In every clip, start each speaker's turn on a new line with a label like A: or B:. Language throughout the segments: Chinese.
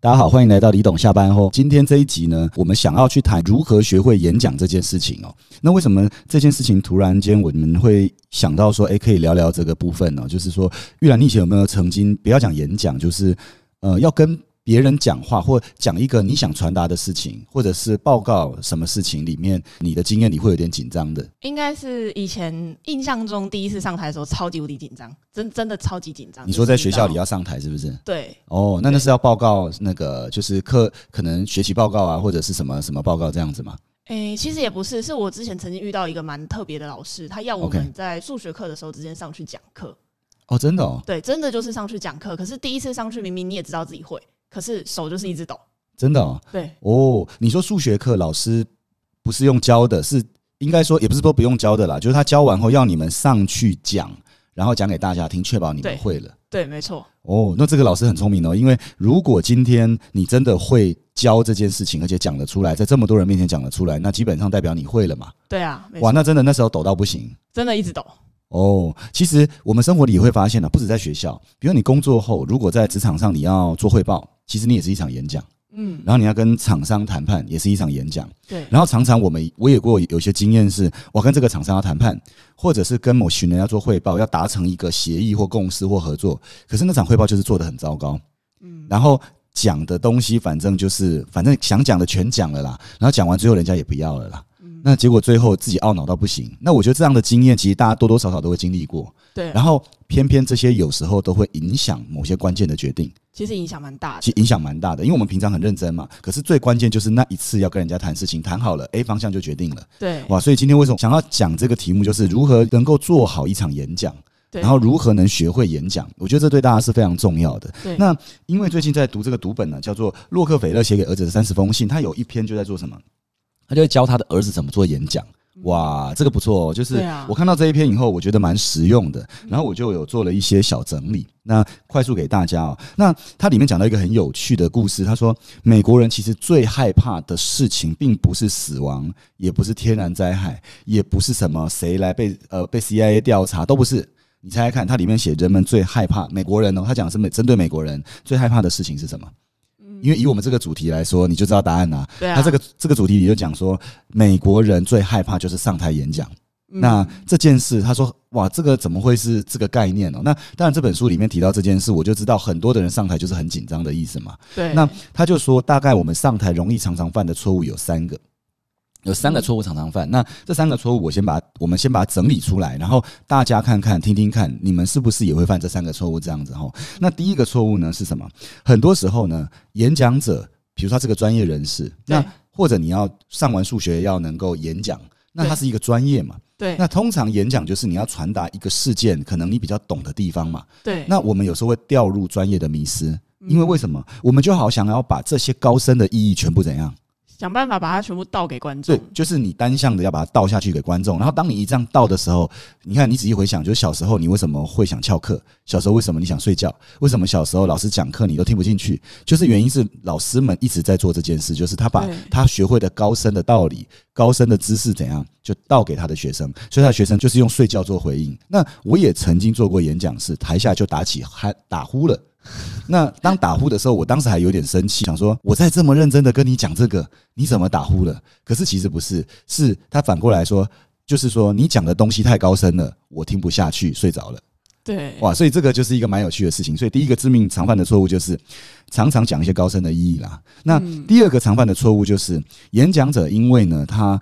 A: 大家好，欢迎来到李董下班后。今天这一集呢，我们想要去谈如何学会演讲这件事情哦。那为什么这件事情突然间我们会想到说，诶，哎可以聊聊这个部分呢、哦？就是说，玉兰，你以前有没有曾经不要讲演讲，就是呃，要跟别人讲话或讲一个你想传达的事情，或者是报告什么事情里面，你的经验你会有点紧张的？
B: 应该是以前印象中第一次上台的时候，超级无敌紧张，真真的超级紧张。
A: 你说在学校里啊
B: 要
A: 要上台是不是？
B: 对
A: 哦，那
B: 对
A: 那是要报告那个就是课可能学习报告啊，或者是什么什么报告这样子嘛？
B: 诶、其实也不是，是我之前曾经遇到一个蛮特别的老师，他要我
A: OK
B: 们在数学课的时候直接上去讲课。
A: 哦，真的哦，
B: 对，真的就是上去讲课。可是第一次上去，明明你也知道自己会，可是手就是一直抖。
A: 真的哦，
B: 对，
A: 哦，你说数学课老师不是用教的，是应该说也不是说不用教的啦，就是他教完后要你们上去讲，然后讲给大家听，确保你们
B: 对
A: 会了。
B: 对，没错，
A: 哦，那这个老师很聪明哦，因为如果今天你真的会教这件事情，而且讲得出来，在这么多人面前讲得出来，那基本上代表你会了嘛。
B: 对啊，没
A: 哇，
B: 错，
A: 那真的那时候抖到不行。
B: 真的一直抖。
A: 哦，其实我们生活里也会发现啊呢、不止在学校，比如你工作后，如果在职场上你要做汇报，其实你也是一场演讲，
B: 嗯，
A: 然后你要跟厂商谈判，也是一场演讲。
B: 对，
A: 然后常常我们我也过有些经验是，我跟这个厂商要谈判，或者是跟某群人要做汇报，要达成一个协议或共识或合作，可是那场汇报就是做的很糟糕，嗯，然后讲的东西反正就是反正想讲的全讲了啦，然后讲完之后人家也不要了啦。那结果最后自己懊恼到不行，那我觉得这样的经验其实大家多多少少都会经历过，
B: 对，
A: 然后偏偏这些有时候都会影响某些关键的决定。
B: 其实影响蛮大的。
A: 其实影响蛮大的，因为我们平常很认真嘛，可是最关键就是那一次要跟人家谈事情，谈好了，A 方向就决定了，
B: 对，
A: 哇！所以今天为什么想要讲这个题目，就是如何能够做好一场演讲，
B: 对
A: 然后如何能学会演讲，我觉得这对大家是非常重要的。
B: 对，
A: 那因为最近在读这个读本呢，叫做洛克菲勒写给儿子的三十封信，他有一篇就在做什么，嗯他就会教他的儿子怎么做演讲。哇，这个不错哦，就是
B: 对啊
A: 我看到这一篇以后，我觉得蛮实用的，然后我就有做了一些小整理，那快速给大家哦。那它里面讲到一个很有趣的故事，他说美国人其实最害怕的事情，并不是死亡，也不是天然灾害，也不是什么谁来被呃被 CIA 调查，都不是。你猜猜看，它里面写人们最害怕美国人哦，他讲的是美针对美国人最害怕的事情是什么？因为以我们这个主题来说，你就知道答案啦、
B: 嗯对啊，
A: 他这个这个主题里就讲说，美国人最害怕就是上台演讲。
B: 嗯
A: 那这件事，他说：“哇，这个怎么会是这个概念哦？”那当然，这本书里面提到这件事，我就知道很多的人上台就是很紧张的意思嘛。
B: 对，
A: 那他就说，大概我们上台容易常常犯的错误有三个，有三个错误常常犯。那这三个错误，我先把它我们先把它整理出来，然后大家看看、听听看，你们是不是也会犯这三个错误？这样子哈。那第一个错误呢是什么？很多时候呢，演讲者，比如说他是个专业人士，那
B: 对
A: 或者你要上完数学要能够演讲，那他
B: 对
A: 是一个专业嘛。
B: 对
A: 那通常演讲就是你要传达一个事件，可能你比较懂的地方嘛。
B: 对，
A: 那我们有时候会掉入专业的迷失，
B: 嗯
A: 因为为什么？我们就好想要把这些高深的意义全部怎样？
B: 想办法把它全部倒给观众
A: 对。，就是你单向的要把它倒下去给观众。然后当你一这样倒的时候，你看你仔细回想，就是小时候你为什么会想翘课？小时候为什么你想睡觉？为什么小时候老师讲课你都听不进去？就是原因是老师们一直在做这件事，就是他把
B: 对
A: 他学会的高深的道理、高深的知识怎样，就倒给他的学生，所以他的学生就是用睡觉做回应。那我也曾经做过演讲是台下就打起还打呼了。 那当打呼的时候，我当时还有点生气，想说我在这么认真的跟你讲这个，你怎么打呼了？可是其实不是，是他反过来说，就是说你讲的东西太高深了，我听不下去，睡着了。
B: 对，
A: 哇，所以这个就是一个蛮有趣的事情。所以第一个致命常犯的错误就是常常讲一些高深的意义啦。那
B: 嗯
A: 第二个常犯的错误就是演讲者因为呢他。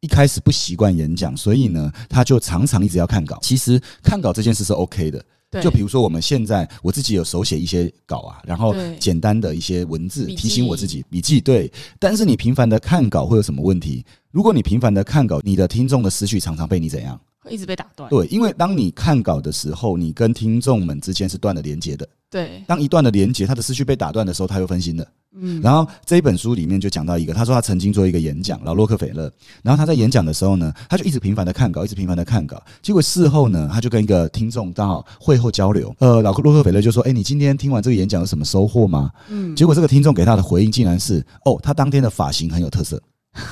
A: 一开始不习惯演讲，所以呢，他就常常一直要看稿。其实看稿这件事是 OK 的，
B: 对
A: 就比如说我们现在我自己有手写一些稿啊，然后
B: 对
A: 简单的一些文字
B: 笔记
A: 提醒我自己笔记对。但是你频繁的看稿会有什么问题？如果你频繁的看稿，你的听众的思绪常常被你怎样？
B: 会一直被打断。
A: 对，因为当你看稿的时候，你跟听众们之间是断了连接的。
B: 对，
A: 当一段的连接，他的思绪被打断的时候，他又分心了。
B: 嗯，
A: 然后这一本书里面就讲到一个，他说他曾经做一个演讲，老洛克菲勒。然后他在演讲的时候呢，他就一直频繁的看稿，一直频繁的看稿。结果事后呢，他就跟一个听众刚好会后交流，呃，老洛克菲勒就说：“哎，你今天听完这个演讲有什么收获吗？”
B: 嗯
A: 结果这个听众给他的回应竟然是：“哦，他当天的发型很有特色。”
B: 嗯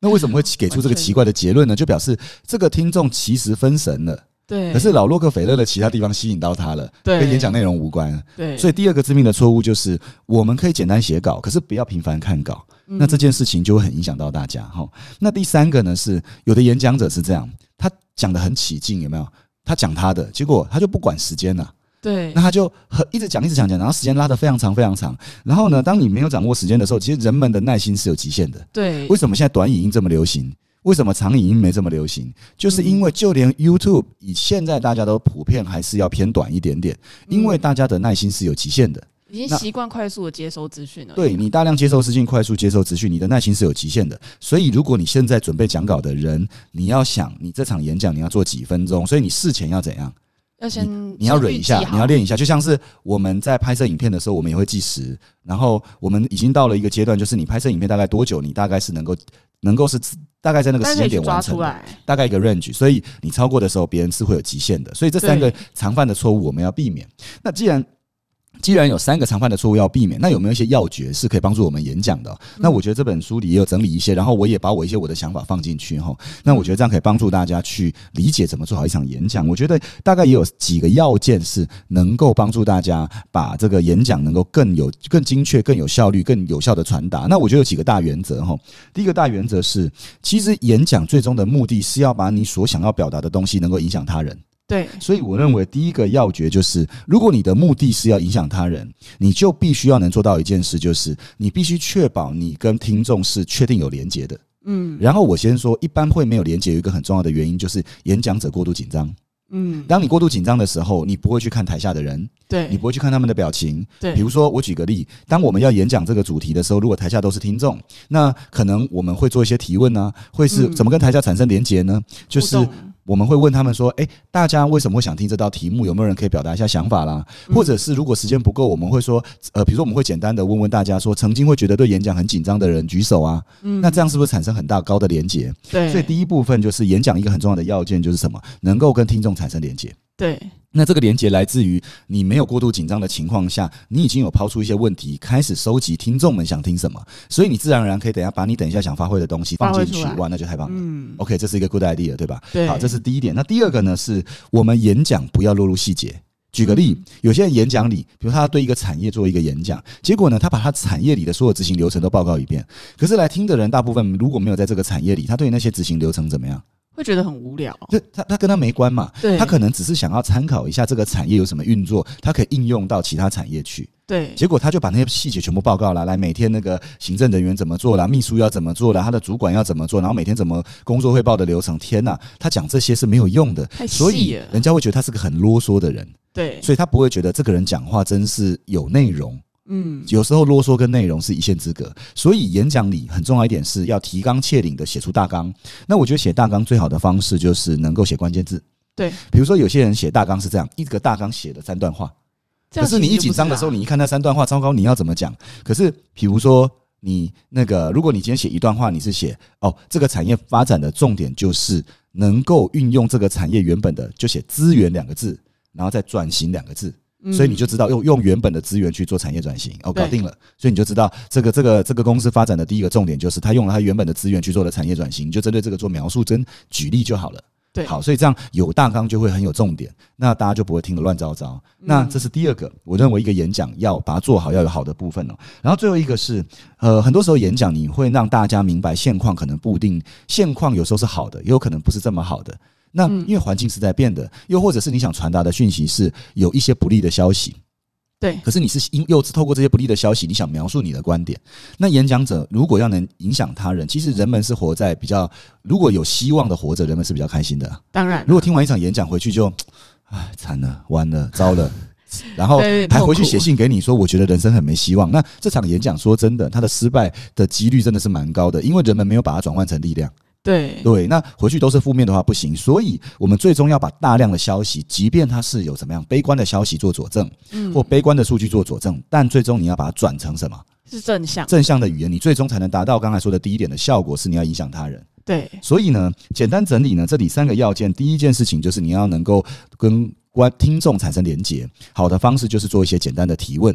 A: 那为什么会给出这个奇怪的结论呢？就表示这个听众其实分神了。
B: 对，
A: 可是老洛克菲勒的其他地方吸引到他了，
B: 嗯对
A: 跟演讲内容无关。
B: 对，
A: 所以第二个致命的错误就是，我们可以简单写稿，可是不要频繁看稿，
B: 嗯
A: 那这件事情就会很影响到大家哈。那第三个呢是，有的演讲者是这样，他讲的很起劲，有没有？他讲他的，结果他就不管时间了，
B: 对
A: 那他就很一直讲，一直讲讲，然后时间拉得非常长，非常长。然后呢，当你没有掌握时间的时候，其实人们的耐心是有极限的。
B: 对
A: 为什么现在短影音这么流行？为什么长影音没这么流行？就是因为就连 YouTube 以现在大家都普遍还是要偏短一点点，因为大家的耐心是有极限的。
B: 已经
A: 那
B: 习惯快速的接收资讯了。
A: 对你大量接受资讯、快速接受资讯，你的耐心是有极限的。所以，如果你现在准备讲稿的人，你要想你这场演讲你要做几分钟，所以你事前要怎样？
B: 要先
A: 你要忍一下
B: 先预计，好
A: 你要练一下，就像是我们在拍摄影片的时候，我们也会计时。然后我们已经到了一个阶段，就是你拍摄影片大概多久，你大概是能够能够是大概在那个
B: 但
A: 时
B: 是
A: 间
B: 可以去
A: 点完
B: 抓
A: 成
B: 出
A: 的。
B: 来。
A: 大概一个 range，所以你超过的时候，别人是会有极限的。所以这三个常犯的错误我们要避免。那既然既然有三个常犯的错误要避免，那有没有一些要诀是可以帮助我们演讲的哦、那我觉得这本书里也有整理一些，然后我也把我一些我的想法放进去哈。那我觉得这样可以帮助大家去理解怎么做好一场演讲。我觉得大概也有几个要件是能够帮助大家把这个演讲能够更有、更精确、更有效率、更有效的传达。那我觉得有几个大原则哈。第一个大原则是，其实演讲最终的目的是要把你所想要表达的东西能够影响他人，
B: 对
A: 所以我认为第一个要诀就是，如果你的目的是要影响他人，你就必须要能做到一件事，就是你必须确保你跟听众是确定有连接的。嗯，然后我先说，一般会没有连接，有一个很重要的原因就是演讲者过度紧张。
B: 嗯，
A: 当你过度紧张的时候，你不会去看台下的人，你
B: 对
A: 不会去看他们的表情，比
B: 对
A: 如说，我举个例，当我们要演讲这个主题的时候，如果台下都是听众，那可能我们会做一些提问呢、会是
B: 嗯
A: 怎么跟台下产生连结呢？就是
B: 互动
A: 我们会问他们说：“诶，大家为什么会想听这道题目？有没有人可以表达一下想法啦？”
B: 嗯
A: 或者是如果时间不够，我们会说：“呃，比如说我们会简单的问问大家说，曾经会觉得对演讲很紧张的人举手啊。”那这样是不是产生很大高的连结？
B: 嗯对，
A: 所以第一部分就是演讲一个很重要的要件就是什么？能够跟听众产生连结。
B: 对
A: 那这个连接来自于你没有过度紧张的情况下，你已经有抛出一些问题，开始收集听众们想听什么，所以你自然而然可以等一下把你等一下想发挥的东西放进去
B: 发挥出，来嗯
A: 哇，那就太棒了。OK，这是一啊个 good idea，对吧？
B: 对，
A: 好，这是第一点。那第二个呢，是我们演讲不要落入细节。举个
B: 嗯
A: 例，有些人演讲里，比如他对一个产业做一个演讲，结果呢，他把他产业里的所有执行流程都报告一遍。可是来听的人，大部分如果没有在这个产业里，他对那些执行流程怎么样？
B: 会觉得很无聊。
A: 就他他跟他没关嘛，
B: 对，
A: 他可能只是想要参考一下这个产业有什么运作，他可以应用到其他产业去。
B: 对
A: 结果他就把那些细节全部报告了，来每天那个行政人员怎么做啦，秘书要怎么做啦，他的主管要怎么做，然后每天怎么工作汇报的流程。天呐，他讲这些是没有用的
B: 太，细
A: 所以
B: 了
A: 人家会觉得他是个很啰嗦的人，
B: 对，
A: 所以他不会觉得这个人讲话真是有内容。
B: 嗯，
A: 有时候啰嗦跟内容是一线之隔，所以演讲里很重要一点是要提纲挈领的写出大纲。那我觉得写大纲最好的方式就是能够写关键字。
B: 对，
A: 比如说有些人写大纲是这样，一个大纲写了三段话，可
B: 这样
A: 是你
B: 其实
A: 一
B: 就
A: 紧
B: 不是啊
A: 张的时候，
B: 啦
A: 你一看那三段话，糟糕，你要怎么讲？可是比如说你那个，如果你今天写一段话，你是写哦，这个产业发展的重点就是能够运用这个产业原本的，就写资源两个字，然后再转型两个字。所以你就知道用用原本的资源去做产业转型，哦，
B: 嗯对
A: 搞定了。所以你就知道这个这个这个公司发展的第一个重点就是它用了它原本的资源去做了产业转型，你就针对这个做描述跟举例就好了。
B: 对
A: 好，所以这样有大纲就会很有重点，那大家就不会听得乱糟糟。那这是第二个，我认为一个演讲要把它做好，要有好的部分哦。然后最后一个是，呃，很多时候演讲你会让大家明白现况可能不一定，现况有时候是好的，也有可能不是这么好的。那因为环境是在变的，又或者是你想传达的讯息是有一些不利的消息，
B: 对
A: 可是你是因又透过这些不利的消息，你想描述你的观点。那演讲者如果要能影响他人，其实人们是活在比较如果有希望的活着，人们是比较开心的。
B: 当然啦
A: 如果听完一场演讲回去就，唉，惨了，完了，糟 了。然后
B: 对
A: 还回去
B: 痛苦
A: 写信给你说，我觉得人生很没希望。那这场演讲，说真的，他的失败的几率真的是蛮高的，因为人们没有把它转换成力量。
B: 对
A: 对，那回去都是负面的话不行，所以我们最终要把大量的消息，即便它是有怎么样悲观的消息做佐证，
B: 嗯
A: 或悲观的数据做佐证，但最终你要把它转成什么
B: 是正向，
A: 正向的语言，你最终才能达到刚才说的第一点的效果，是你要影响他人。
B: 对
A: 所以呢，简单整理呢，这里三个要件，第一件事情就是你要能够跟观听众产生连结，好的方式就是做一些简单的提问。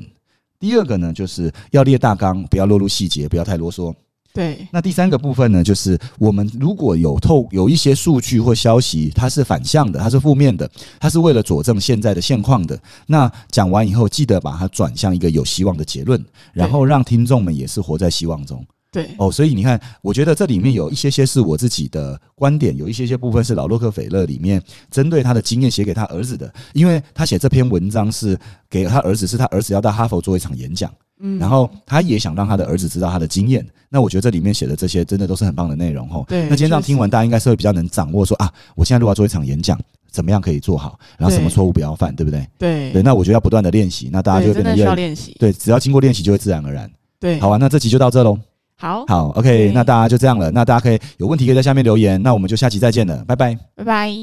A: 第二个呢，就是要列大纲，不要落入细节，不要太啰嗦。
B: 对，
A: 那第三个部分呢，就是我们如果有透有一些数据或消息，它是反向的，它是负面的，它是为了佐证现在的现况的。那讲完以后，记得把它转向一个有希望的结论，然后让听众们也是活在希望中。
B: 对，
A: 哦，所以你看，我觉得这里面有一些些是我自己的观点，有一些些部分是老洛克菲勒里面针对他的经验写给他儿子的，因为他写这篇文章是给他儿子，是他儿子要到哈佛做一场演讲，
B: 嗯，
A: 然后他也想让他的儿子知道他的经验。那我觉得这里面写的这些真的都是很棒的内容吼。
B: 对
A: 那今天这样
B: 确实
A: 听完，大家应该是会比较能掌握说啊，我现在如果要做一场演讲，怎么样可以做好，然后什么
B: 对
A: 错误不要犯，对不对？
B: 对，
A: 对，那我觉得要不断的练习，那大家就
B: 对
A: 会变得
B: 真的需
A: 越
B: 要
A: 来越
B: 练习，
A: 对，只要经过练习就会自然而然。
B: 对，
A: 好，啊，那这集就到这喽。
B: 好，
A: 好，OK，
B: 对
A: 那大家就这样了。那大家可以有问题可以在下面留言，那我们就下期再见了，拜拜。
B: 拜拜。